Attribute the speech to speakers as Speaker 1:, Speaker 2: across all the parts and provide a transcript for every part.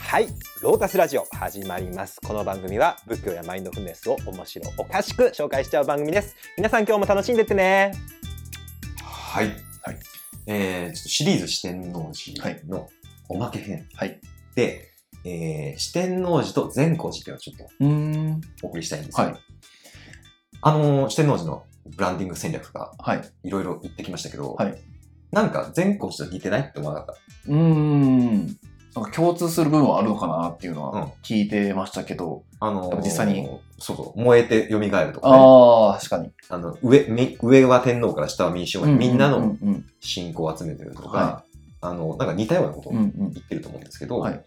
Speaker 1: はいロータスラジオ始まりますこの番組は仏教やマインドフルネスを面白おかしく紹介しちゃう番組です皆さん今日も楽しんでってね
Speaker 2: はい。はい。えー、ちょっとシリーズ四天王寺のおまけ編。
Speaker 3: はい。
Speaker 2: で、えー、四天王寺と善光寺っていうのをちょっと
Speaker 3: うん。
Speaker 2: お送りしたいんですけど、
Speaker 3: はい
Speaker 2: あのー四天王寺のブランディング戦略とか
Speaker 3: はい。
Speaker 2: いろいろ言ってきましたけど、
Speaker 3: はい
Speaker 2: なんか善光寺と似てないって思わなかっ
Speaker 3: うーん。なんか共通する部分はあるのかなっていうの
Speaker 2: うん
Speaker 3: は聞いてましたけど。
Speaker 2: た。あのー
Speaker 3: でも実際に。
Speaker 2: そうそう。燃えて蘇るとか、ね、
Speaker 3: ああ、確かに。
Speaker 2: あの上、み上は天皇から下は民衆まで、みんな
Speaker 3: う
Speaker 2: の
Speaker 3: んうん
Speaker 2: 信仰を集めてるとか、
Speaker 3: は
Speaker 2: あの、なんか似たようなことを
Speaker 3: うん。うん
Speaker 2: 言ってると思うんですけど、
Speaker 3: はい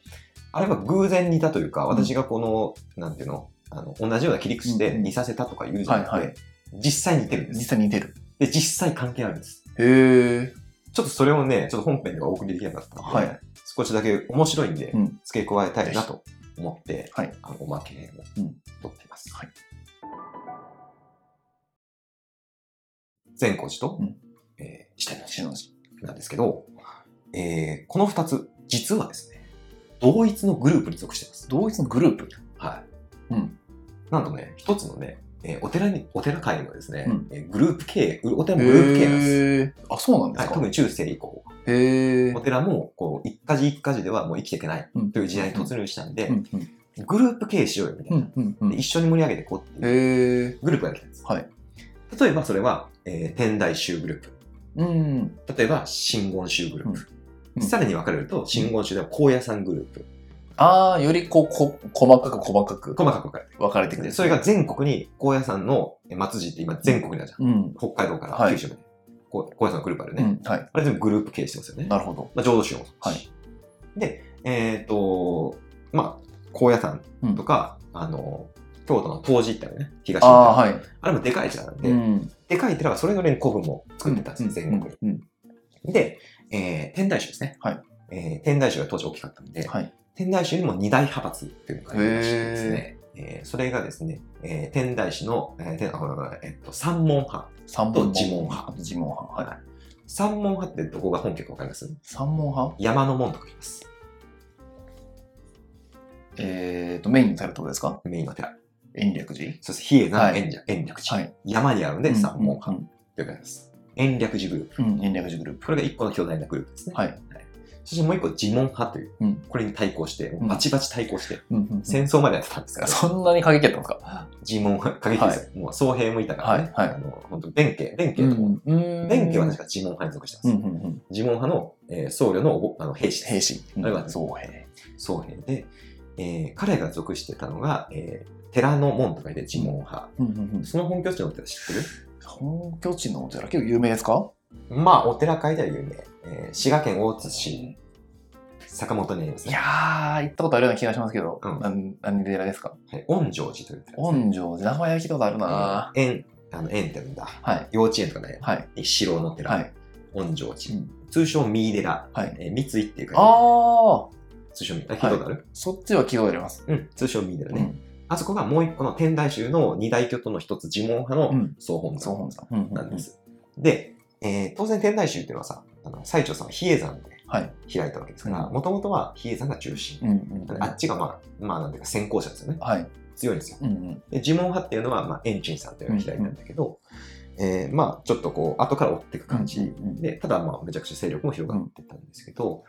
Speaker 2: あれは偶然似たというか、
Speaker 3: ん
Speaker 2: 私がこの、なんていうの、あの同じような切り口
Speaker 3: うん
Speaker 2: で
Speaker 3: うん
Speaker 2: 似させたとか言う
Speaker 3: うん。
Speaker 2: じゃ
Speaker 3: は
Speaker 2: ないくて、
Speaker 3: はい。
Speaker 2: 実際似てるんで
Speaker 3: 実
Speaker 2: す。
Speaker 3: 際に似てる。
Speaker 2: で、実際関係あるんです。
Speaker 3: へえ。
Speaker 2: ちょっとそれをね、ちょっと本編ではお送りできなかったので、
Speaker 3: はい
Speaker 2: 少しだけ面白いんで
Speaker 3: うん、
Speaker 2: 付け加えたいなと思って、
Speaker 3: はい
Speaker 2: あのおまけを
Speaker 3: うん
Speaker 2: 撮っています。
Speaker 3: はい
Speaker 2: 善光寺と、
Speaker 3: うん
Speaker 2: えー、四天王寺
Speaker 3: シノジ。
Speaker 2: なんですけど、えーこの2つ、実はですね、同一のグループに属してます。
Speaker 3: 同一のグループ。
Speaker 2: はい。
Speaker 3: うん
Speaker 2: なんとね、一つのね、えーお寺に、お寺界のですね、
Speaker 3: うん
Speaker 2: えーグループ経営、うお寺もグループ経営なんです。
Speaker 3: へえ。あ、そうなんで
Speaker 2: はい、
Speaker 3: す
Speaker 2: 特
Speaker 3: か。
Speaker 2: に中世以降、
Speaker 3: へえ
Speaker 2: お。寺も、こう、一家事一家事ではもう生きていけない
Speaker 3: うん
Speaker 2: という時代に突入したんで、
Speaker 3: うんうん
Speaker 2: グループ経営しようよみた
Speaker 3: う
Speaker 2: いな。
Speaker 3: んうんうん
Speaker 2: で一緒に盛り上げていこうっていう
Speaker 3: へえ。
Speaker 2: グループができたんです。
Speaker 3: はい。
Speaker 2: 例えばそれは、えー天台宗グルー
Speaker 3: うん。
Speaker 2: プ。例えば、真言宗グループ。
Speaker 3: うん
Speaker 2: さらに分かれると、真言宗では高野山グループ。
Speaker 3: ああ、よりこう、こ、細かく細かく
Speaker 2: 細かく分かれて
Speaker 3: 分かれて
Speaker 2: る
Speaker 3: く
Speaker 2: で
Speaker 3: る。
Speaker 2: それが、全国に、高野山の松寺って今全国にあるじゃん。
Speaker 3: うん。
Speaker 2: 北海道から
Speaker 3: はい
Speaker 2: 九州まで。こう高野山のグループある
Speaker 3: う
Speaker 2: ね。
Speaker 3: ん。はい。
Speaker 2: あれ全部グループ経営してますよね。
Speaker 3: なるほど。
Speaker 2: まあ、浄土宗もそう
Speaker 3: は
Speaker 2: だしで、えっ、と、まあ、高野山
Speaker 3: うん
Speaker 2: とか、あの、京都の東寺ってあるね、東
Speaker 3: あ
Speaker 2: の
Speaker 3: あ、
Speaker 2: あ
Speaker 3: はい。
Speaker 2: れもでかい寺なんで、
Speaker 3: うん。
Speaker 2: でかい寺はそれぞれに古墳も作ってたんですよ、全国に。
Speaker 3: うん。
Speaker 2: で、えー天台宗ですね。
Speaker 3: はい
Speaker 2: えー天台宗が当時大きかったんで、
Speaker 3: はい。
Speaker 2: 天台宗にも二大派閥っていうのがありましてですね、えーそれがですね、えー天台宗の、えー天あごめんごめんえっと、三門派。
Speaker 3: 三
Speaker 2: と
Speaker 3: 門
Speaker 2: 自問派。
Speaker 3: 自問派。はい。
Speaker 2: 三門派ってどこが本家かわかります
Speaker 3: 三門派
Speaker 2: 山の門とか言います。
Speaker 3: えーと、メインにされたことですか
Speaker 2: メインの寺。
Speaker 3: 延暦寺
Speaker 2: そして、比叡が
Speaker 3: はい
Speaker 2: 延暦延暦寺、
Speaker 3: はい
Speaker 2: 山にあるんで三門
Speaker 3: う
Speaker 2: 派
Speaker 3: ん
Speaker 2: と呼ばれます。延暦寺グループ。
Speaker 3: うん。うん延暦寺グループ。
Speaker 2: これが一個の巨大なグループですね。
Speaker 3: はい。
Speaker 2: そしてもう一個、自問派という、
Speaker 3: うん
Speaker 2: これに対抗して、
Speaker 3: ん
Speaker 2: バチバチ対抗して、
Speaker 3: うんうんうん
Speaker 2: 戦争までやってたんですから、
Speaker 3: そんなに過激やったんですか
Speaker 2: 自問派、過激ですよ。もう、総兵もいたからね。
Speaker 3: はいはい
Speaker 2: あの本当弁慶、弁慶とも、
Speaker 3: うん
Speaker 2: 弁慶は確か自問派に属してます。
Speaker 3: うんうんうん。
Speaker 2: 自問派の、えー僧侶のおぼあの兵士です
Speaker 3: 兵士。
Speaker 2: あれは
Speaker 3: 造兵。
Speaker 2: 僧兵で、えー彼が属してたのが、えー寺の門とかで自問派。
Speaker 3: うんうんうん
Speaker 2: その本拠地のお寺知ってる
Speaker 3: 本拠地のお寺、結構有名ですか
Speaker 2: まあ、お寺界では有名。えー滋賀県大津市、坂本にあります
Speaker 3: い
Speaker 2: ね。
Speaker 3: やー、行ったことあるような気がしますけど、
Speaker 2: うん
Speaker 3: なん何寺ですか
Speaker 2: はい、恩城寺という寺ですね。
Speaker 3: 恩城寺、名前は聞いたことあるな
Speaker 2: えー園、あの、園って言うんだ。
Speaker 3: はい。
Speaker 2: 幼稚園とかね、
Speaker 3: はい。
Speaker 2: 城の寺、
Speaker 3: はい。
Speaker 2: 恩城寺。
Speaker 3: うん
Speaker 2: 通称、三井寺。
Speaker 3: はい。
Speaker 2: えー、三井っていうか、
Speaker 3: あー、
Speaker 2: 通称三井、あ聞いたことある、
Speaker 3: そっちは聞いたことあります。
Speaker 2: うん、通称三井寺ね、
Speaker 3: うん
Speaker 2: あそこがもう一個の天台宗の二大巨頭の一つ、自問派
Speaker 3: う
Speaker 2: の
Speaker 3: ん
Speaker 2: 総本
Speaker 3: そう
Speaker 2: 山
Speaker 3: 本さん。うんうんうん
Speaker 2: なんで。す。で、えー当然天台宗っていうのはさ、あの最澄さんは比叡山で
Speaker 3: はい。
Speaker 2: 開いたわけですから、
Speaker 3: うん
Speaker 2: もともとは比叡山が中心。
Speaker 3: うんうんうん
Speaker 2: あっちがまあ、まあなんていうか先行者ですよね。
Speaker 3: はい。
Speaker 2: 強いんですよ。
Speaker 3: うんうん。
Speaker 2: で、呪文派っていうのは、まあ、エンチンさんというのが開いたんだけど、えーまあ、ちょっとこう、後から追っていく感
Speaker 3: うん
Speaker 2: じ
Speaker 3: うんうん
Speaker 2: で、ただまあ、めちゃくちゃ勢力も広がってたんですけど、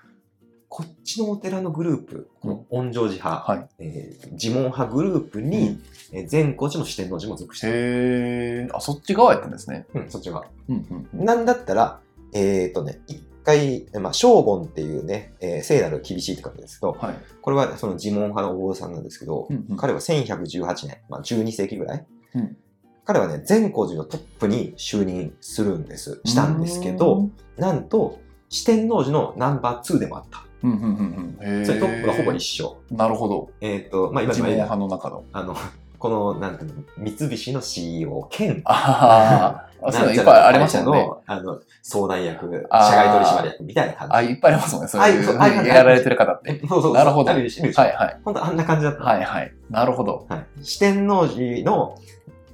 Speaker 2: こっちのお寺のグループ、この恩城寺派、
Speaker 3: はい。
Speaker 2: えー呪文派グループに、えー善光寺も四天王寺も属してる。
Speaker 3: へえ。あ、そっち側やったんですね。
Speaker 2: うん、そっちは。
Speaker 3: うんうん。
Speaker 2: なんだったら、えっ、とね、一回、まあ、正言っていうね、えー聖なる厳しいって書くんですけど、
Speaker 3: はい。
Speaker 2: これはその呪文派のお坊さんなんですけど、
Speaker 3: うんうん
Speaker 2: 彼は1118年、まあ、12世紀ぐらい、
Speaker 3: うん
Speaker 2: 彼はね善光寺のトップに就任するんですしたんですけど、なんと四天王寺のナンバー2でもあった
Speaker 3: うんうんうんうん。へえ。
Speaker 2: それトップがほぼ一緒
Speaker 3: なるほど。
Speaker 2: えっ、とまあ今
Speaker 3: 自
Speaker 2: でも
Speaker 3: 分
Speaker 2: 言えない
Speaker 3: 派の中の。
Speaker 2: あの このなんていうの三菱の CEO 兼
Speaker 3: あーあ、そういうのいっぱいありますもんね。
Speaker 2: あの相談役社
Speaker 3: あー
Speaker 2: 外取締役みたいな感じ
Speaker 3: あ、いっぱいありますもんね。そういう
Speaker 2: あいそうあ
Speaker 3: やられてる方って。
Speaker 2: え そうそうそう
Speaker 3: なるほど
Speaker 2: あるでしょいるでしょ
Speaker 3: はいはい。
Speaker 2: 本当あんな感じだったの
Speaker 3: はいはい。なるほど。
Speaker 2: はい、四天王寺の、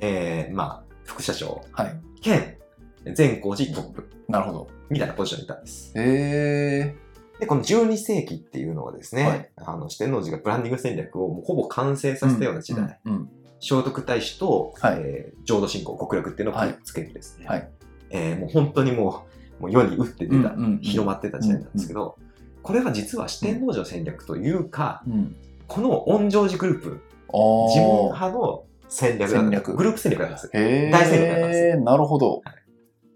Speaker 2: えー、まあ、副社長
Speaker 3: はい。
Speaker 2: 兼善光寺トップ
Speaker 3: なるほど。
Speaker 2: みたいなポジションにいたんです。
Speaker 3: へえ。
Speaker 2: で、この12世紀っていうのはですね、
Speaker 3: はい
Speaker 2: あの四天王寺がブランディング戦略をもうほぼ完成させたような時代、
Speaker 3: うんうん
Speaker 2: 聖徳太子と、
Speaker 3: はい
Speaker 2: えー浄土信仰極楽っていうのをくっつけるですね、
Speaker 3: はい
Speaker 2: えーもう本当にもうもう世に打って出た、
Speaker 3: うんうんうん
Speaker 2: 広まってた時代なんですけど、これは実は四天王寺の戦略というか、
Speaker 3: うん、
Speaker 2: この恩城寺グループ
Speaker 3: あー
Speaker 2: 自分派の戦略だった
Speaker 3: 戦略
Speaker 2: グループ戦略なんですよ
Speaker 3: へ
Speaker 2: 大戦略だったんです
Speaker 3: えなるほど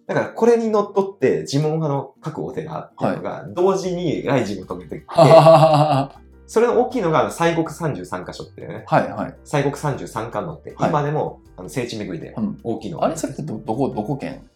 Speaker 2: だからこれにのっとって自問派の各お寺っていうのが同時にライジンを遂げてきて、
Speaker 3: は
Speaker 2: それの大きいのが西国33箇所っていうね
Speaker 3: いはい
Speaker 2: 西国33巻のって、
Speaker 3: はい
Speaker 2: 今でもあの聖地巡りで
Speaker 3: うん
Speaker 2: 大きいのが
Speaker 3: あ
Speaker 2: る
Speaker 3: れ
Speaker 2: ん
Speaker 3: それ
Speaker 2: で
Speaker 3: っ
Speaker 2: す
Speaker 3: てどどこどこ県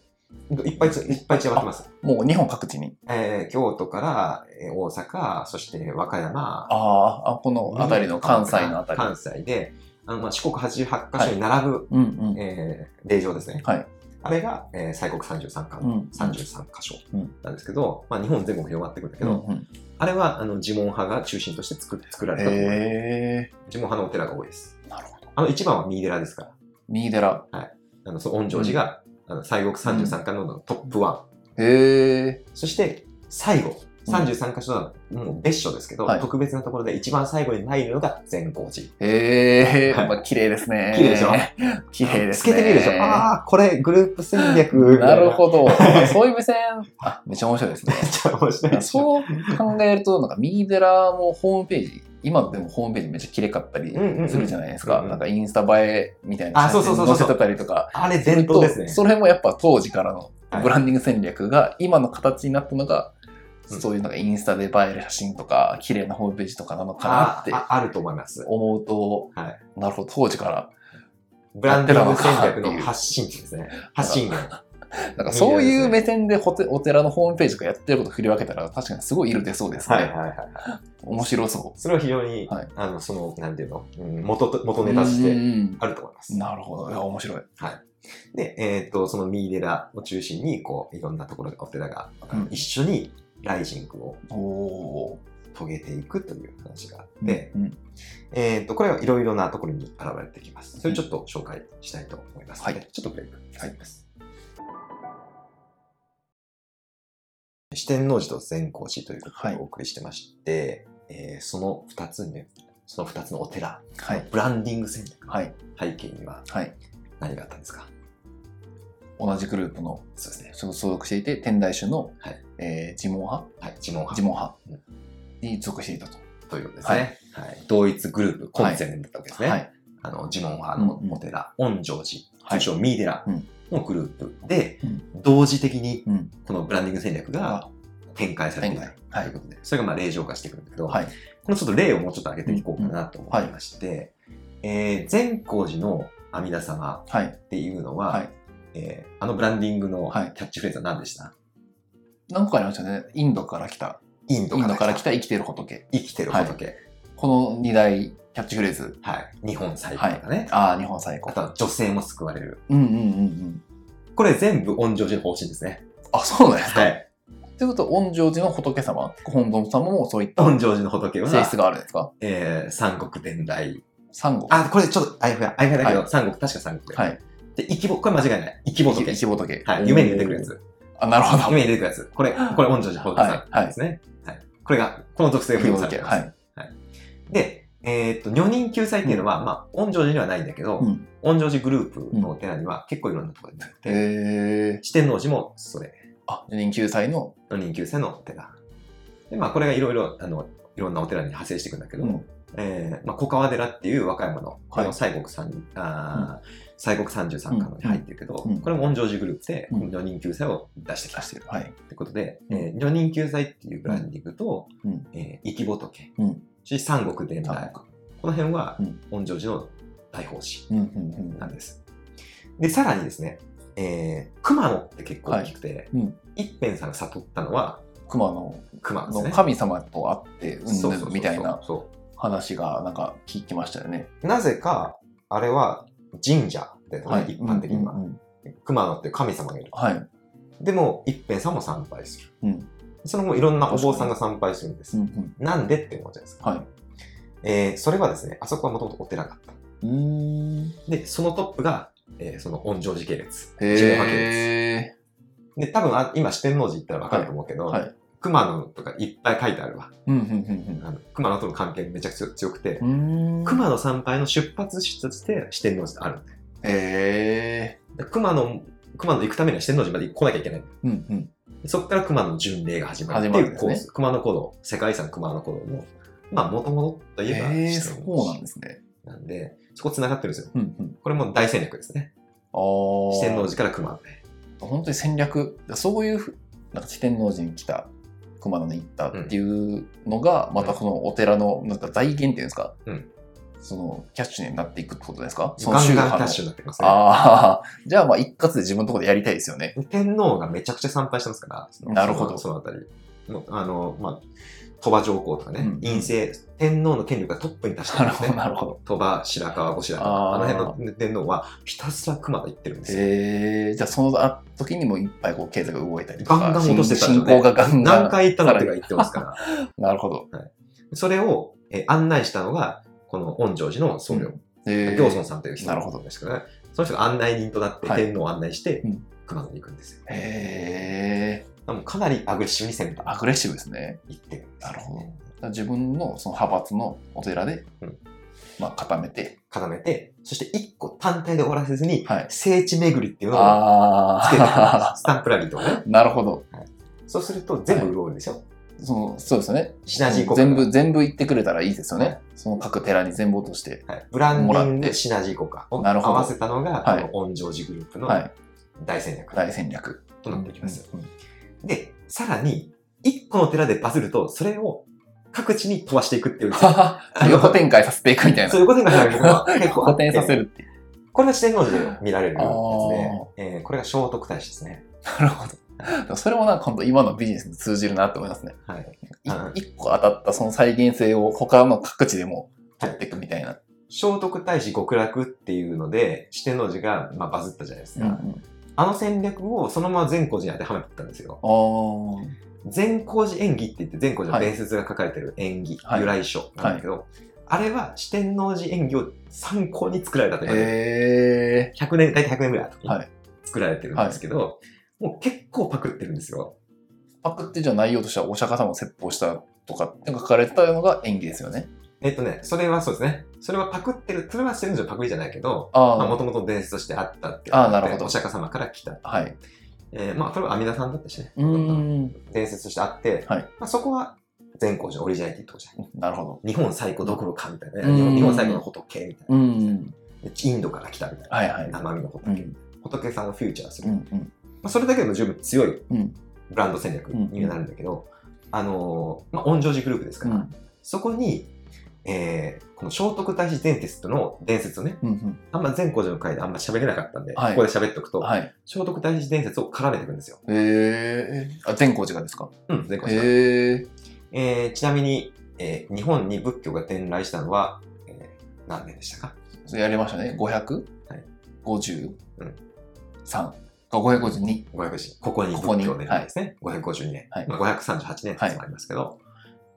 Speaker 2: いっぱいついっぱい散らばってます、
Speaker 3: もう日本各地に
Speaker 2: えー京都からえー大阪そして和歌山
Speaker 3: あーあこの辺りの関西の辺り
Speaker 2: 関西であの、まあ、四国88箇所に並ぶ、
Speaker 3: うんうん
Speaker 2: えー霊場ですね、
Speaker 3: はい
Speaker 2: あれが、えー西国33巻、
Speaker 3: うん
Speaker 2: 33箇所
Speaker 3: うん
Speaker 2: なんですけど、まあ、日本全国広がってくるんだけ
Speaker 3: う
Speaker 2: ど、
Speaker 3: んうん
Speaker 2: あれはあの呪文派が中心として作作られたところ、
Speaker 3: へえ
Speaker 2: 呪文派のお寺が多いです
Speaker 3: なるほど
Speaker 2: あの一番は三井寺ですから
Speaker 3: 三井寺
Speaker 2: あの、その恩城寺が、あの、西国33巻のトップ1。
Speaker 3: へえ
Speaker 2: そして、最後、
Speaker 3: うん
Speaker 2: 33箇所の、もう別所ですけど、
Speaker 3: はい
Speaker 2: 特別なところで一番最後に入るのが善光寺。
Speaker 3: へえ、
Speaker 2: はい
Speaker 3: まあ綺麗ですね。
Speaker 2: 綺麗でしょ
Speaker 3: 綺麗ですね。
Speaker 2: 透けて見るでしょ。ああ、これグループ戦略。
Speaker 3: なるほ ど。あそういう目線、あ、めっちゃ面白いですね
Speaker 2: みたいな。。めっちゃ面白いでしょ。
Speaker 3: そう考えると、なんか、ミーデラもホームページ、今でもホームページめっちゃ綺麗かったり
Speaker 2: うんうんうん
Speaker 3: するじゃないです
Speaker 2: う
Speaker 3: か
Speaker 2: ん。うん
Speaker 3: なんか、インスタ映えみたいな
Speaker 2: あそうそうそうそう
Speaker 3: 載せてたりとか。
Speaker 2: あれ伝統ですね。
Speaker 3: それもやっぱ当時からの
Speaker 2: はい
Speaker 3: ブランディング戦略が、今の形になったのが、
Speaker 2: うん
Speaker 3: そういうなんかインスタで映える写真とか、綺麗なホームページとかなのかな
Speaker 2: あ
Speaker 3: って
Speaker 2: ああると思います。
Speaker 3: 思うと、
Speaker 2: は
Speaker 3: なるほど、当時から
Speaker 2: ブランディング戦
Speaker 3: やっ
Speaker 2: 略
Speaker 3: てるのかってい
Speaker 2: の
Speaker 3: う
Speaker 2: 発信地ですね。発信 源。
Speaker 3: なんかそういう目線でホテお寺のホームページとかやってること振り分けたら確かにすごい色出そうですね。
Speaker 2: はいはいはい。
Speaker 3: 面白そ
Speaker 2: それは非常に、
Speaker 3: はい
Speaker 2: あの、その、なんていうの、うん元と、
Speaker 3: う。
Speaker 2: 元ネタとし
Speaker 3: う
Speaker 2: て
Speaker 3: ん
Speaker 2: あると思います。
Speaker 3: なるほど。いや、面白い。
Speaker 2: で、えっとその三井寺を中心にこういろんなところがお寺が
Speaker 3: うん
Speaker 2: 一緒にライジングを
Speaker 3: おお
Speaker 2: 遂げていくという話があっ
Speaker 3: ー。
Speaker 2: て、
Speaker 3: うん、
Speaker 2: えっとこれはいろいろなところに現れてきます。それちょっと紹介したいと思いますので、
Speaker 3: は
Speaker 2: ちょっとブレイク入ります。四天王寺と善光寺ということ
Speaker 3: はい
Speaker 2: でお送りしてまして、えーその2つ目、その2つのお寺、
Speaker 3: はい。
Speaker 2: ブランディング戦略、
Speaker 3: はい。
Speaker 2: 背景には
Speaker 3: はい。
Speaker 2: 何があったんですか
Speaker 3: 同じグループの
Speaker 2: そうですね。
Speaker 3: 所属していて、天台宗の、
Speaker 2: はい
Speaker 3: えー、呪文派
Speaker 2: はい、自問
Speaker 3: 呪文派に属していたと。
Speaker 2: ということですね。はい同一グループ、コンセンだったわけですね。
Speaker 3: はい。
Speaker 2: あの、呪文派のお寺、恩城
Speaker 3: は
Speaker 2: 寺、
Speaker 3: い
Speaker 2: 通称ミーデラ
Speaker 3: うん
Speaker 2: のグループで、
Speaker 3: うん
Speaker 2: 同時的に
Speaker 3: うん。
Speaker 2: このブランディング戦略が展開されていた
Speaker 3: 天台
Speaker 2: と。。
Speaker 3: はいいう
Speaker 2: ことで、それがまあ例状化してくるんだけど、
Speaker 3: はい。
Speaker 2: このちょっと例をもうちょっと上げていこうかなと思いまして、えー善光寺の阿弥陀様
Speaker 3: はい。
Speaker 2: っていうのは、
Speaker 3: はい。
Speaker 2: えーあのブランディングのキ
Speaker 3: はい
Speaker 2: ャッチフレーズは何でした
Speaker 3: 何個かありましたね。インドから来た。
Speaker 2: イン
Speaker 3: イ
Speaker 2: ド
Speaker 3: ン
Speaker 2: か
Speaker 3: ドから
Speaker 2: ら
Speaker 3: 来
Speaker 2: 来た
Speaker 3: た生きてる仏。
Speaker 2: 生きてる仏、はい
Speaker 3: この二大キャッチフレーズ。
Speaker 2: 日本最古とかね、
Speaker 3: ああ、日本最
Speaker 2: あ
Speaker 3: 高
Speaker 2: と。は女性も救われる
Speaker 3: うんうんうんうん。
Speaker 2: これ全部御城寺の方針ですね。
Speaker 3: あ、そうなんですか。
Speaker 2: はい。
Speaker 3: ということは、御城寺の仏様、ご本尊様もそういった
Speaker 2: 御城寺の仏は、
Speaker 3: 性質があるんですか
Speaker 2: えー、三国伝来。
Speaker 3: 三国。
Speaker 2: あ、これちょっと、あやふや、あやふやだけど、三国、確か三国。
Speaker 3: はい。
Speaker 2: で、生きぼ、これ間違いない。生きぼ
Speaker 3: 生
Speaker 2: 仏。
Speaker 3: き仏。
Speaker 2: はい。夢に出てくるや
Speaker 3: おー。
Speaker 2: つ。
Speaker 3: あ、なる ほど。
Speaker 2: 夢に出てくるやつ。これ、これ御城寺の仏
Speaker 3: は
Speaker 2: さ
Speaker 3: い
Speaker 2: んですね。はい。これが、この属性を
Speaker 3: 生き
Speaker 2: 付与されて
Speaker 3: 仏。
Speaker 2: ま
Speaker 3: は
Speaker 2: す。
Speaker 3: い。
Speaker 2: で、えーっと、女人救済っていうのは、まあ、御城寺にはないんだけど
Speaker 3: うん、
Speaker 2: 御城寺グループのお寺には結構いろんなところで出てて、
Speaker 3: へえ。
Speaker 2: 四天王寺もそれ、
Speaker 3: あ、女人救済の。
Speaker 2: 女人救済のお寺。で、まあ、これがいろいろ、あの、いろんなお寺に派生していくんだけど、えーまあ、小川寺っていう和歌山の、この西国三、あー西国三十三巻のに入ってるけど、
Speaker 3: うんうん
Speaker 2: これも恩城寺グループで、
Speaker 3: うん
Speaker 2: 女人救済を出してきた
Speaker 3: 出
Speaker 2: っ
Speaker 3: してる。はい。
Speaker 2: てことで、
Speaker 3: うん
Speaker 2: えー女人救済っていうブランディングと、
Speaker 3: うん
Speaker 2: えー生き仏、
Speaker 3: うん
Speaker 2: し三国伝来、この辺は
Speaker 3: うん
Speaker 2: 恩城寺の大法師
Speaker 3: うんうんうん
Speaker 2: なんです。で、さらにですね、えー熊野って結構大きくて、
Speaker 3: うん
Speaker 2: 一辺さんが悟ったのは
Speaker 3: 熊野
Speaker 2: 熊野です
Speaker 3: の
Speaker 2: ね。
Speaker 3: 神様と会って、
Speaker 2: そう
Speaker 3: うんぬんみたいな
Speaker 2: そう
Speaker 3: 話が、なんか聞きましたよね。
Speaker 2: なぜか、あれは神社で、ね一般的には、
Speaker 3: うんうんうん
Speaker 2: 熊野っていう神様がいる。
Speaker 3: はい。
Speaker 2: でも、一辺さんも参拝する。
Speaker 3: うん。
Speaker 2: その後、いろんなお坊さんが参拝するんで
Speaker 3: う
Speaker 2: す
Speaker 3: んう。ん
Speaker 2: なんでって思うじゃないですか。
Speaker 3: はい。
Speaker 2: えーそれはですね、あそこはもともとお寺だった。
Speaker 3: うーん。
Speaker 2: で、そのトップが、えーその恩城寺系列。
Speaker 3: へえ。
Speaker 2: で、多分あ今、四天王寺行ったら分かると思うけど、
Speaker 3: はいはい
Speaker 2: 熊野とかいっぱい書いてあるわ。
Speaker 3: うんうん
Speaker 2: あの熊野との関係めちゃくちゃ強くて
Speaker 3: う、んうん。
Speaker 2: 熊野参拝の出発地として四天王寺ってあるんだよ
Speaker 3: ええ。
Speaker 2: で熊野、熊野行くためには四天王寺まで来なきゃいけない。
Speaker 3: うんうん。
Speaker 2: そこから熊野の巡礼が始まるっていうコース。熊野古道、世界遺産熊野古道の、まあ、もともとといえば
Speaker 3: ええ、
Speaker 2: 四
Speaker 3: そ
Speaker 2: 天
Speaker 3: う
Speaker 2: 王
Speaker 3: なん
Speaker 2: 寺
Speaker 3: ですね。
Speaker 2: なんで、そこ繋がってるんですよ。
Speaker 3: うんうん。
Speaker 2: これも大戦略ですね。
Speaker 3: ああ。
Speaker 2: 四天王寺から熊野
Speaker 3: 本当に戦略そういうふなんか四天王寺に来た熊野に行ったっていうのが、またこのお寺のなんか財源っていうんですか、
Speaker 2: うん
Speaker 3: そのキャッシュになっていくってことですかそ
Speaker 2: ガ
Speaker 3: の
Speaker 2: ンガンキ
Speaker 3: 派
Speaker 2: ャ
Speaker 3: の
Speaker 2: ッシュになってますね。
Speaker 3: ああ じゃあまあ一括で自分のところでやりたいですよね
Speaker 2: 天皇がめちゃくちゃ参拝してますから、その
Speaker 3: なるほど
Speaker 2: そのそのあたり。もうあの、まあ、鳥羽上皇とかね、
Speaker 3: うん
Speaker 2: 院政、天皇の権力がトップに達して
Speaker 3: な
Speaker 2: るん
Speaker 3: る
Speaker 2: です
Speaker 3: ほど
Speaker 2: ね。
Speaker 3: なるほど
Speaker 2: 鳥羽、白川、後白
Speaker 3: あー
Speaker 2: 河、あの辺の天皇はひたすら熊野行ってるんですよ。
Speaker 3: へえじゃあそのあ時にもいっぱいこう経済が動いたりとか
Speaker 2: ガンガン落としてたんじゃ
Speaker 3: 進
Speaker 2: ない
Speaker 3: 行がガンガン
Speaker 2: 何回行ったのってが言ってますから。
Speaker 3: なるほど
Speaker 2: それを、えー案内したのが、この恩城寺の僧侶、
Speaker 3: へえ
Speaker 2: 行尊さんという人
Speaker 3: なるほど
Speaker 2: んですけどね。その人が案内人となって、
Speaker 3: はい
Speaker 2: 天皇を案内して
Speaker 3: うん、
Speaker 2: 熊野に行くんですよ。
Speaker 3: へえ
Speaker 2: もうかなりアグレッシブに攻めて
Speaker 3: アグレッシブですね
Speaker 2: 行ってるんです、
Speaker 3: なるほど。だから自分のその派閥のお寺で、
Speaker 2: うん
Speaker 3: まあ固めて、
Speaker 2: 固めて、そして一個単体で終わらせずに、
Speaker 3: はい。
Speaker 2: 聖地巡りっていうのをつけてくるんです
Speaker 3: あ
Speaker 2: スタンプラリーとかね。
Speaker 3: あ、 なるほど。
Speaker 2: そうすると全部潤うんですよ。
Speaker 3: そのそうですよね。
Speaker 2: シナジー効果。
Speaker 3: 全部、全部行ってくれたらいいですよね。
Speaker 2: はい
Speaker 3: その各寺に全部落として。
Speaker 2: はいブランディン
Speaker 3: もらっ
Speaker 2: グ
Speaker 3: て
Speaker 2: シナジー効果を
Speaker 3: なるほ
Speaker 2: 合
Speaker 3: ど
Speaker 2: わせたのが、
Speaker 3: はい
Speaker 2: この恩城寺グループの
Speaker 3: はい。
Speaker 2: 大戦略
Speaker 3: 大戦略。
Speaker 2: となってきます。
Speaker 3: うんうん
Speaker 2: で、さらに、一個の寺でバズると、それを各地に飛ばしていくっていう。
Speaker 3: はは 横展開させていくみたいな
Speaker 2: そう。いうことになるのが結構あ
Speaker 3: 横
Speaker 2: って
Speaker 3: 展させるっていう。
Speaker 2: これは四天王寺で見られるやつで
Speaker 3: あ、
Speaker 2: えーこれが聖徳太子ですね。
Speaker 3: なるほど。だからそれもなんか本当今のビジネスに通じるなと思いますね。
Speaker 2: はい。
Speaker 3: い
Speaker 2: うん
Speaker 3: 一個当たったその再現性を他の各地でも取っていくみたいな。
Speaker 2: 聖徳太子極楽っていうので、四天王寺が、まあ、バズったじゃないです
Speaker 3: うん
Speaker 2: か。
Speaker 3: うん
Speaker 2: あの戦略をそのまま善光寺に当てはめてったんですよ。
Speaker 3: あー
Speaker 2: 善光寺演技って言って善光寺の伝説が書かれてる演技、
Speaker 3: はい
Speaker 2: 由来書なんだけど、あれは四天王寺演技を参考に作られたという、
Speaker 3: へえ
Speaker 2: 100年、大体100年ぐらい後に
Speaker 3: はい
Speaker 2: 作られてるんですけど、もう結構パクってるんですよ。
Speaker 3: パクってじゃあ内容としてはお釈迦様を説法したとかって書かれてたのが演技ですよね。
Speaker 2: えっとね、それはそうですね。それはパクってる、それは四天王寺のパクリじゃないけど、
Speaker 3: あ
Speaker 2: まあ
Speaker 3: あ、
Speaker 2: 元々の伝説としてあったっていう
Speaker 3: あーなるほど
Speaker 2: お釈迦様から来た。
Speaker 3: はい。
Speaker 2: えーまあ、それは阿弥陀さんだったしね。
Speaker 3: うーん。
Speaker 2: 伝説としてあって、
Speaker 3: はい
Speaker 2: まあ、そこは善光寺のオリジナリティってことじゃない
Speaker 3: なるほど。
Speaker 2: 日本最古どころかみたいな、
Speaker 3: うん
Speaker 2: 日本日本最古の仏みたいな、
Speaker 3: うん。
Speaker 2: でインドから来たみたいな、
Speaker 3: はいはい。
Speaker 2: 生身の仏、
Speaker 3: うん
Speaker 2: 仏さんをフューチャーす
Speaker 3: う
Speaker 2: る、ま
Speaker 3: んうん
Speaker 2: あ、それだけでも十分強い
Speaker 3: うん
Speaker 2: ブランド戦略になるんだけど、あのーまあ、御城寺グループです
Speaker 3: う
Speaker 2: から、
Speaker 3: ん
Speaker 2: そこに、えーこの聖徳太子伝説の伝説をね
Speaker 3: うんうん
Speaker 2: あんま善光寺の回であんま喋れなかったんで、
Speaker 3: はい
Speaker 2: ここで喋っておくと、
Speaker 3: はい。
Speaker 2: 聖徳太子伝説を絡めていくんですよ、
Speaker 3: えー、あ、善光寺がですか
Speaker 2: うん善光寺が
Speaker 3: えー、
Speaker 2: えーちなみに、えー日本に仏教が伝来したのは、えー何年でしたか
Speaker 3: それやりましたね。500?
Speaker 2: はい。
Speaker 3: 50?
Speaker 2: うん。
Speaker 3: 3? 552?
Speaker 2: 500人ここに
Speaker 3: ここに
Speaker 2: 仏教年代ですね。552年。
Speaker 3: はい
Speaker 2: まあ、538年ってやつもありますけど、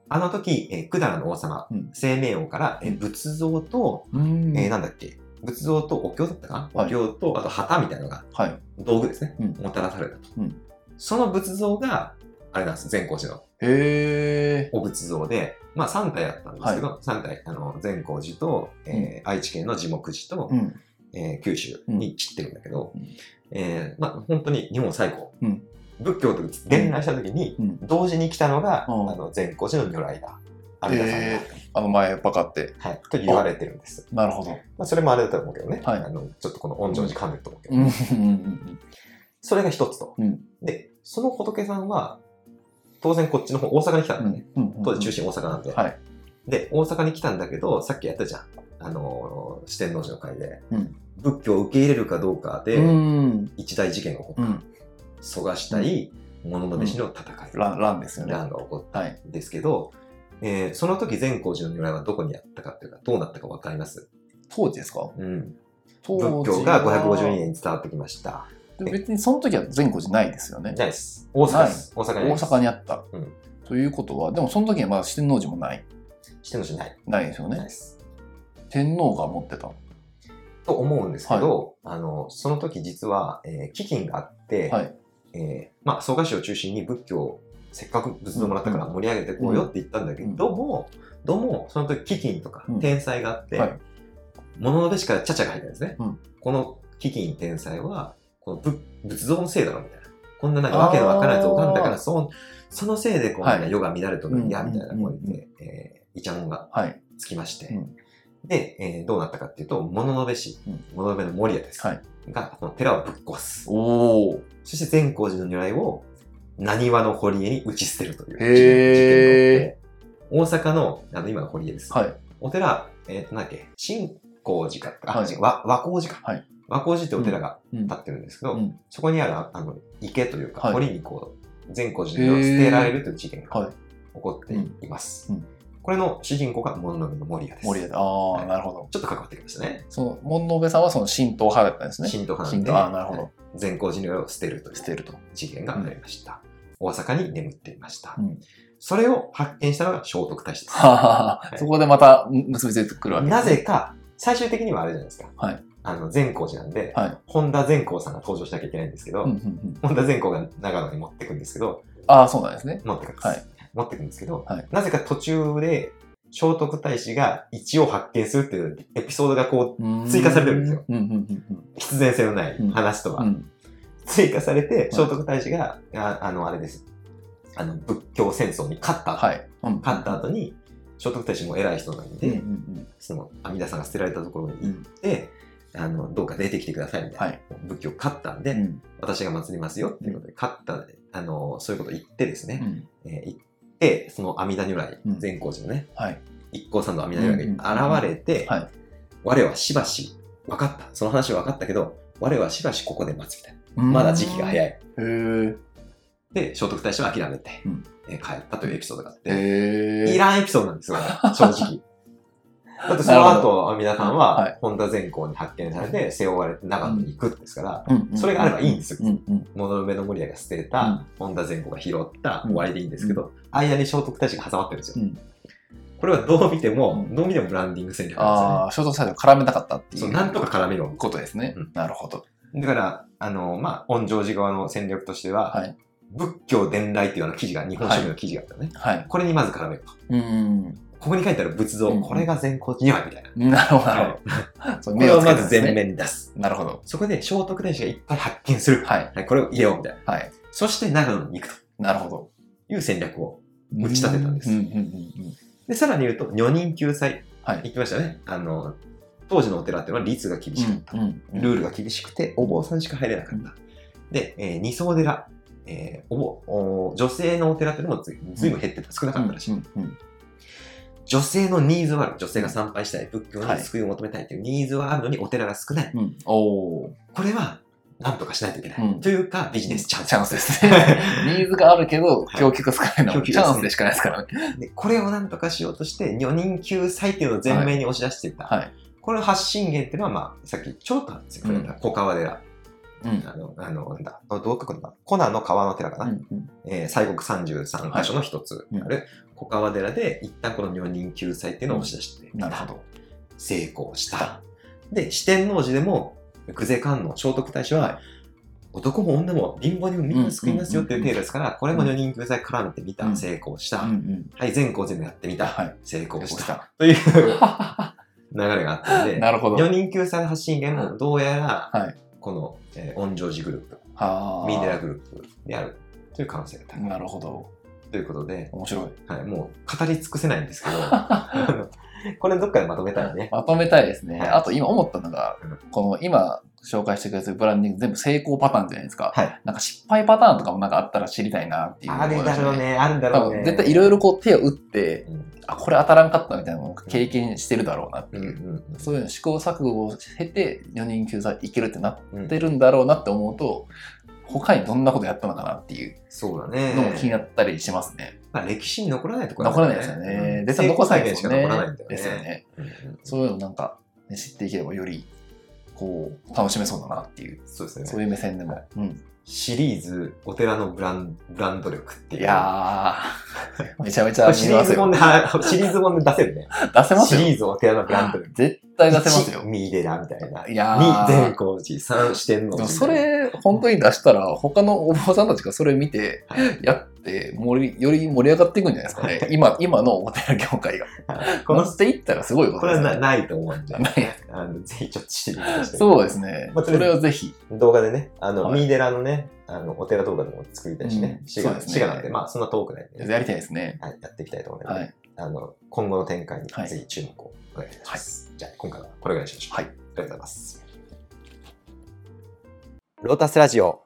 Speaker 2: あの時、えー、百済の王様
Speaker 3: うん、
Speaker 2: 清明王から、えー
Speaker 3: うん
Speaker 2: 仏像と、
Speaker 3: うーん
Speaker 2: えーなんだっけ、仏像とお経だったかな、
Speaker 3: はい
Speaker 2: お経と、あと旗みたいなのが、
Speaker 3: はい。
Speaker 2: 道具ですね、
Speaker 3: うん
Speaker 2: もたらされたと。
Speaker 3: うん
Speaker 2: その仏像が、あれなんです、善光寺の
Speaker 3: えー、
Speaker 2: お仏像で、まあ3体あったんですけど、三3体、あの、善光寺と、えー愛知県の地木寺と、
Speaker 3: うん。
Speaker 2: えー九州に散ってるんだけど、
Speaker 3: うん
Speaker 2: えーまあ、本当に日本最古、
Speaker 3: うん
Speaker 2: 仏教と伝来した時に
Speaker 3: うん
Speaker 2: 同時に来たのが、
Speaker 3: うん
Speaker 2: あの善光寺の如来だ阿弥陀さんだ、
Speaker 3: えあの前バカって。
Speaker 2: はい、と言われてるんです、
Speaker 3: なるほど。
Speaker 2: まあ、それもあれだと思うけどね、
Speaker 3: はい
Speaker 2: あのちょっとこの恩情寺関連と思うけど、
Speaker 3: うんうんうん
Speaker 2: それが一つと、
Speaker 3: うん
Speaker 2: でその仏さんは当然こっちの方大阪に来た
Speaker 3: うん
Speaker 2: だ
Speaker 3: ん
Speaker 2: よね、
Speaker 3: うんうん。
Speaker 2: 当時中心大阪なんで、
Speaker 3: はい。
Speaker 2: で大阪に来たんだけどさっきやったじゃんあのー四天王寺の会で、
Speaker 3: うん
Speaker 2: 仏教を受け入れるかどうかで、
Speaker 3: うん。
Speaker 2: 一大事件が起こった、
Speaker 3: うん。
Speaker 2: 蘇我したい物の飯の戦い、
Speaker 3: ラン、ランですよね。
Speaker 2: 乱が起こっ
Speaker 3: はい。
Speaker 2: たんですけど、えーその時善光寺の如来はどこにあったかというかどうなったかわかります、
Speaker 3: 当時ですか
Speaker 2: うん、
Speaker 3: 当時は
Speaker 2: 仏教が552年に伝わってきました
Speaker 3: でも別にその時は全国じゃないですよね
Speaker 2: じゃ。ないです大阪です大阪に
Speaker 3: 大阪に
Speaker 2: あ
Speaker 3: あった。
Speaker 2: うん
Speaker 3: ということは、でもその時にはまだ四天王寺もない。
Speaker 2: してのじゃない
Speaker 3: ないですよ
Speaker 2: ない
Speaker 3: ね
Speaker 2: で。す
Speaker 3: 天皇が持ってた。は
Speaker 2: と思うんですけど、あのその時実は、えー飢饉があって、
Speaker 3: い。
Speaker 2: えーまあ、蘇我氏を中心に仏教せっかく仏像もらったから盛り上げてこうよって言ったんだけども、どうも、その時基金とか
Speaker 3: うん
Speaker 2: 天才があって、
Speaker 3: はい
Speaker 2: 物のべしからちゃちゃが入ったんですね。
Speaker 3: うん
Speaker 2: この基金天才は、この仏仏像のせいだろみたいな。こんななんかわけのわからないとかんだから、そのそのせいでこう、
Speaker 3: は
Speaker 2: な
Speaker 3: い
Speaker 2: んか世が乱れとるんや、
Speaker 3: うん
Speaker 2: みたいな声
Speaker 3: うん
Speaker 2: で、えー、イチャモンが
Speaker 3: はい。
Speaker 2: つきまして、
Speaker 3: うん
Speaker 2: で、えーどうなったかっていうと、物のべし
Speaker 3: うん、
Speaker 2: 物のべの守屋です、
Speaker 3: はい
Speaker 2: が、この寺をぶっ壊す。
Speaker 3: おお。
Speaker 2: そして善光寺の如来を、何話の堀江に打ち捨てるという事件
Speaker 3: へ
Speaker 2: 事件が起きて、大阪の、あの、今の堀江です。
Speaker 3: はい。
Speaker 2: お寺、えっ、と、なんだっけ、新光寺か、あ、
Speaker 3: はい
Speaker 2: 違う和和光寺か、
Speaker 3: はい
Speaker 2: 和光寺ってお寺が
Speaker 3: うん
Speaker 2: 立ってるんですけど、
Speaker 3: うん
Speaker 2: そこにあるああの池というか、
Speaker 3: はい
Speaker 2: 堀にこう、善光寺の色を捨てられるという事件
Speaker 3: はい
Speaker 2: が起こっています。
Speaker 3: うんうん
Speaker 2: これの主人公が物の見の森屋です。
Speaker 3: 森
Speaker 2: ち
Speaker 3: 田。あ
Speaker 2: は
Speaker 3: あ、
Speaker 2: い
Speaker 3: なるほど。
Speaker 2: ょっと関わってきましたね。
Speaker 3: その、門の上さんはその神道派だったんですね。
Speaker 2: 神道派なん
Speaker 3: 神
Speaker 2: で、
Speaker 3: 道。ああ、なるほど。
Speaker 2: 善光寺の色を捨てるとい
Speaker 3: 捨て
Speaker 2: う
Speaker 3: ると。
Speaker 2: 事件がありました。大阪に眠っていました。
Speaker 3: うん
Speaker 2: それを発見したのが聖徳太子です。
Speaker 3: ははは
Speaker 2: はい
Speaker 3: そこでまた結びついてくるわけで
Speaker 2: な
Speaker 3: す
Speaker 2: ぜか、最終的にはあれじゃないですか。
Speaker 3: はい
Speaker 2: あの、善光寺なんで、
Speaker 3: はい
Speaker 2: 本田善光さんが登場しなきゃいけないんですけど、
Speaker 3: うんうんうん。
Speaker 2: 本田善光が長野に持ってくんですけど、
Speaker 3: ああ、そうなんですね。
Speaker 2: 持ってくんです。
Speaker 3: はい
Speaker 2: 持ってくんですけど、
Speaker 3: はい
Speaker 2: なぜか途中で、聖徳太子が一を発見するっていうエピソードがこ追加されてるんですよ。
Speaker 3: うんうんうん
Speaker 2: う、必然性のない話と
Speaker 3: う
Speaker 2: は
Speaker 3: ん。うん。
Speaker 2: 追加されて、聖徳太子が、ああの、あれです。あの、仏教戦争に勝った、
Speaker 3: はい。うん
Speaker 2: 勝った後に、聖徳太子も偉い人なんで、
Speaker 3: うんうん
Speaker 2: その阿弥陀さんが捨てられたところに行って、あのどうか出てきてくださいみたいな、
Speaker 3: はい
Speaker 2: 仏教勝ったんで、
Speaker 3: うん。うん
Speaker 2: 私が祭りますよっていうことで勝ったんであのそういうこと言ってです
Speaker 3: う
Speaker 2: ね、
Speaker 3: ん。
Speaker 2: えー行ってその阿弥陀如来
Speaker 3: うん
Speaker 2: 善光寺のね
Speaker 3: はい。
Speaker 2: 一行さんの阿弥陀如来が現れて、
Speaker 3: はい。
Speaker 2: 我はしばし分かったその話は分かったけど我はしばしここで待つみたいなまだ時期が
Speaker 3: い。
Speaker 2: 早い
Speaker 3: へー
Speaker 2: で聖徳太子は諦めて、
Speaker 3: うん
Speaker 2: えー帰ったというエピソードがあって、
Speaker 3: へー
Speaker 2: いらんエピソードなんですよ、 正直。だってその
Speaker 3: なるほ
Speaker 2: 後、阿弥陀さん
Speaker 3: は、
Speaker 2: はい本田善光に発見されて、背負われて長野に行くんですから、
Speaker 3: うんうん
Speaker 2: それがあればいいんですよ
Speaker 3: うんうん
Speaker 2: 物の上の森屋が捨て
Speaker 3: うん
Speaker 2: た、本田善光が拾った、
Speaker 3: う
Speaker 2: 終
Speaker 3: ん
Speaker 2: わりでいいんですけど、間に聖徳太子が挟まってるんです
Speaker 3: う
Speaker 2: よ
Speaker 3: ん。
Speaker 2: これはどう見ても、
Speaker 3: うん
Speaker 2: どう見てもブランディング戦略なん
Speaker 3: ああ、ショートサイド絡めたかったって
Speaker 2: で
Speaker 3: い
Speaker 2: すよ
Speaker 3: う。
Speaker 2: ね。そう、なんとか絡めよ
Speaker 3: ことですね。
Speaker 2: うん
Speaker 3: なるほど。
Speaker 2: う。だから、あの、まあ、恩城寺側の戦略としては
Speaker 3: はい、
Speaker 2: 仏教伝来っていうあの記事が、日本書紀の記事があったのね。
Speaker 3: はい。
Speaker 2: これにまず絡めると。
Speaker 3: うーん。
Speaker 2: ここに書いてある仏
Speaker 3: う
Speaker 2: 像、
Speaker 3: ん
Speaker 2: これが善光寺には、みたいな。
Speaker 3: なるほど。なるほ ど。そう
Speaker 2: これをまず
Speaker 3: つけて
Speaker 2: 前
Speaker 3: んですね
Speaker 2: 面に出す。
Speaker 3: なるほど。
Speaker 2: そこで聖徳太子がいっぱい発見する。
Speaker 3: はい。
Speaker 2: はい、これを入れようみたいな。
Speaker 3: はい。
Speaker 2: そして長野に行くと
Speaker 3: なるほど。
Speaker 2: いう戦略を。打ち立てたんです
Speaker 3: ううんうんうん
Speaker 2: で、さらに言うと、女人救済。
Speaker 3: はい
Speaker 2: 行きましたね。あの、当時のお寺っていうのは律が厳しかった。
Speaker 3: うん。
Speaker 2: ルール
Speaker 3: が。
Speaker 2: が厳しくて、お坊さんしか入れなかった。で、えー二層寺。えーお坊お女性のお寺っていうのもずずいぶん減ってた。少なかったらしい。
Speaker 3: うんうん
Speaker 2: 女性のニーズはある。女性が参拝したい。仏教に救いを求めたいというニーズはあるのにお寺が少ない。
Speaker 3: うん。おー
Speaker 2: これは、なんとかしないといけない。
Speaker 3: うん
Speaker 2: というか、ビジネスチャンス
Speaker 3: チ。ャンスですね。 ニーズがあるけど、
Speaker 2: はい
Speaker 3: 供給が少ないのは
Speaker 2: 供給
Speaker 3: チ
Speaker 2: が少ない
Speaker 3: ャンスでしかないですからね。
Speaker 2: で、これをなんとかしようとして、女人救済っていうのを前面に押し出していた。
Speaker 3: はい。
Speaker 2: これの発信源っていうのは、まあ、さっきちょろっとなんですよ。これ
Speaker 3: うん
Speaker 2: 小川寺。
Speaker 3: うん
Speaker 2: あの、あの、なんだ、どう書くんだ。コナの川の寺かな。
Speaker 3: うん
Speaker 2: えー西国33箇所の一つある、小川寺で、一旦この女人救済っていうのを押し出して、
Speaker 3: うん。なるほど。
Speaker 2: 成功した。で、四天王寺でも、久世観音、聖徳太子は、男も女も貧乏にもみんな救いますよっていう程度ですから、これも女人救済絡めてみた、
Speaker 3: うん
Speaker 2: 成功した。
Speaker 3: うんうん。
Speaker 2: はい、全校全部やってみた。
Speaker 3: はい
Speaker 2: 成功し。
Speaker 3: したた。
Speaker 2: と いう流れがあったんで、
Speaker 3: なるほど。
Speaker 2: 4人救済の発信源もどうやら、
Speaker 3: はい。
Speaker 2: この、えー、恩城寺グループ、
Speaker 3: はあ。
Speaker 2: ミンデラグループであるという可能性が高い。
Speaker 3: なるほど。
Speaker 2: ということで、
Speaker 3: 面白い。
Speaker 2: はい、もう語り尽くせないん ですけど、 あのこれどっかでまとめたらね、
Speaker 3: まとめたいですね。
Speaker 2: はい
Speaker 3: あと今思ったのが
Speaker 2: うん、
Speaker 3: この今紹介してくれてるブランディング全部成功パターンじゃないですか。
Speaker 2: はい
Speaker 3: なんか失敗パターンとかもなんかあったら知りたいなっていう
Speaker 2: あ
Speaker 3: と
Speaker 2: る
Speaker 3: ころで
Speaker 2: だ
Speaker 3: す
Speaker 2: ろう。ね、あるだ
Speaker 3: 多
Speaker 2: ろう
Speaker 3: 分
Speaker 2: ね。
Speaker 3: 絶対いろいろこう手を打って、
Speaker 2: うん。
Speaker 3: あ、これ当たらんかったみたいなのを経験してるだろうなって
Speaker 2: うん
Speaker 3: いう
Speaker 2: ん
Speaker 3: う。そういうの試行錯誤を経て4人救済いけるってなっ
Speaker 2: うん
Speaker 3: てるんだろうなって思うと、他にどんなことやったのかなっていう
Speaker 2: そうだね。
Speaker 3: のも気になったりしますね。
Speaker 2: まあ、歴史に残らないところ
Speaker 3: 残らないですよね。出たら残
Speaker 2: 残
Speaker 3: らない
Speaker 2: で
Speaker 3: ですす
Speaker 2: よ
Speaker 3: よ
Speaker 2: ね。
Speaker 3: ね。
Speaker 2: 残らないんだよね。
Speaker 3: ですよね。
Speaker 2: うんうん
Speaker 3: そういうのなんか、ね、知っていければよりこう楽しめそうだなっていう、
Speaker 2: そうですね。
Speaker 3: そういう目線でも。うん、
Speaker 2: シリーズ、お寺のブランブランド力って
Speaker 3: い
Speaker 2: いう。
Speaker 3: やー、めちゃめち
Speaker 2: これ
Speaker 3: ゃ 見
Speaker 2: シリ
Speaker 3: ま
Speaker 2: ー
Speaker 3: す
Speaker 2: ズ
Speaker 3: よ。
Speaker 2: 本で、あシリーズ本で出せるね。
Speaker 3: 出せます
Speaker 2: シ
Speaker 3: よ。
Speaker 2: リーズお寺のブランド力。
Speaker 3: 絶対出せますよ
Speaker 2: 1。ミイデラみたいな。
Speaker 3: い
Speaker 2: 2、
Speaker 3: や
Speaker 2: 善
Speaker 3: ー。
Speaker 2: 光寺、3、四天王
Speaker 3: で
Speaker 2: 寺。
Speaker 3: もそれ、本当に出したら、他のお坊さんたちがそれ見て
Speaker 2: はい、
Speaker 3: やっって盛りより盛り上がっていくんじゃないですかね今今のお寺業界が
Speaker 2: こ
Speaker 3: こ
Speaker 2: の
Speaker 3: のっていったらすごい
Speaker 2: こ
Speaker 3: こ
Speaker 2: とれ
Speaker 3: で
Speaker 2: は
Speaker 3: す
Speaker 2: な
Speaker 3: ね、
Speaker 2: ないと思うんで
Speaker 3: ない
Speaker 2: あのぜひちょっとしてみてください。
Speaker 3: そうですね、
Speaker 2: まあとりあえず
Speaker 3: それはぜひ
Speaker 2: 動画でね、あの、
Speaker 3: はい
Speaker 2: ミーデラのね、あの、お寺動画でも作りたいしね
Speaker 3: う、ん
Speaker 2: 滋賀、
Speaker 3: そうですね
Speaker 2: 滋賀なんで、まあ、そんな遠くないんで、
Speaker 3: やりたいですね
Speaker 2: はい、やっていきたいと思います、
Speaker 3: は
Speaker 2: ね
Speaker 3: い
Speaker 2: あの、今後の展開に
Speaker 3: はい
Speaker 2: ぜひ注目をお願いいたします。じゃあ、今回はこれぐらいにしましょう。あ
Speaker 3: はい
Speaker 2: りがとうございます。
Speaker 1: ロータスラジオ。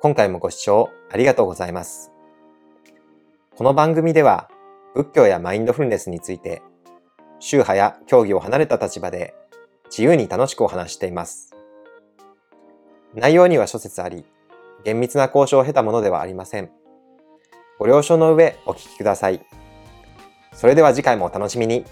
Speaker 1: 今回もご視聴ありがとうございます。この番組では仏教やマインドフルネスについて宗派や教義を離れた立場で自由に楽しくお話しています。内容には諸説あり、厳密な交渉を経たものではありません。ご了承の上お聞きください。それでは次回もお楽しみに。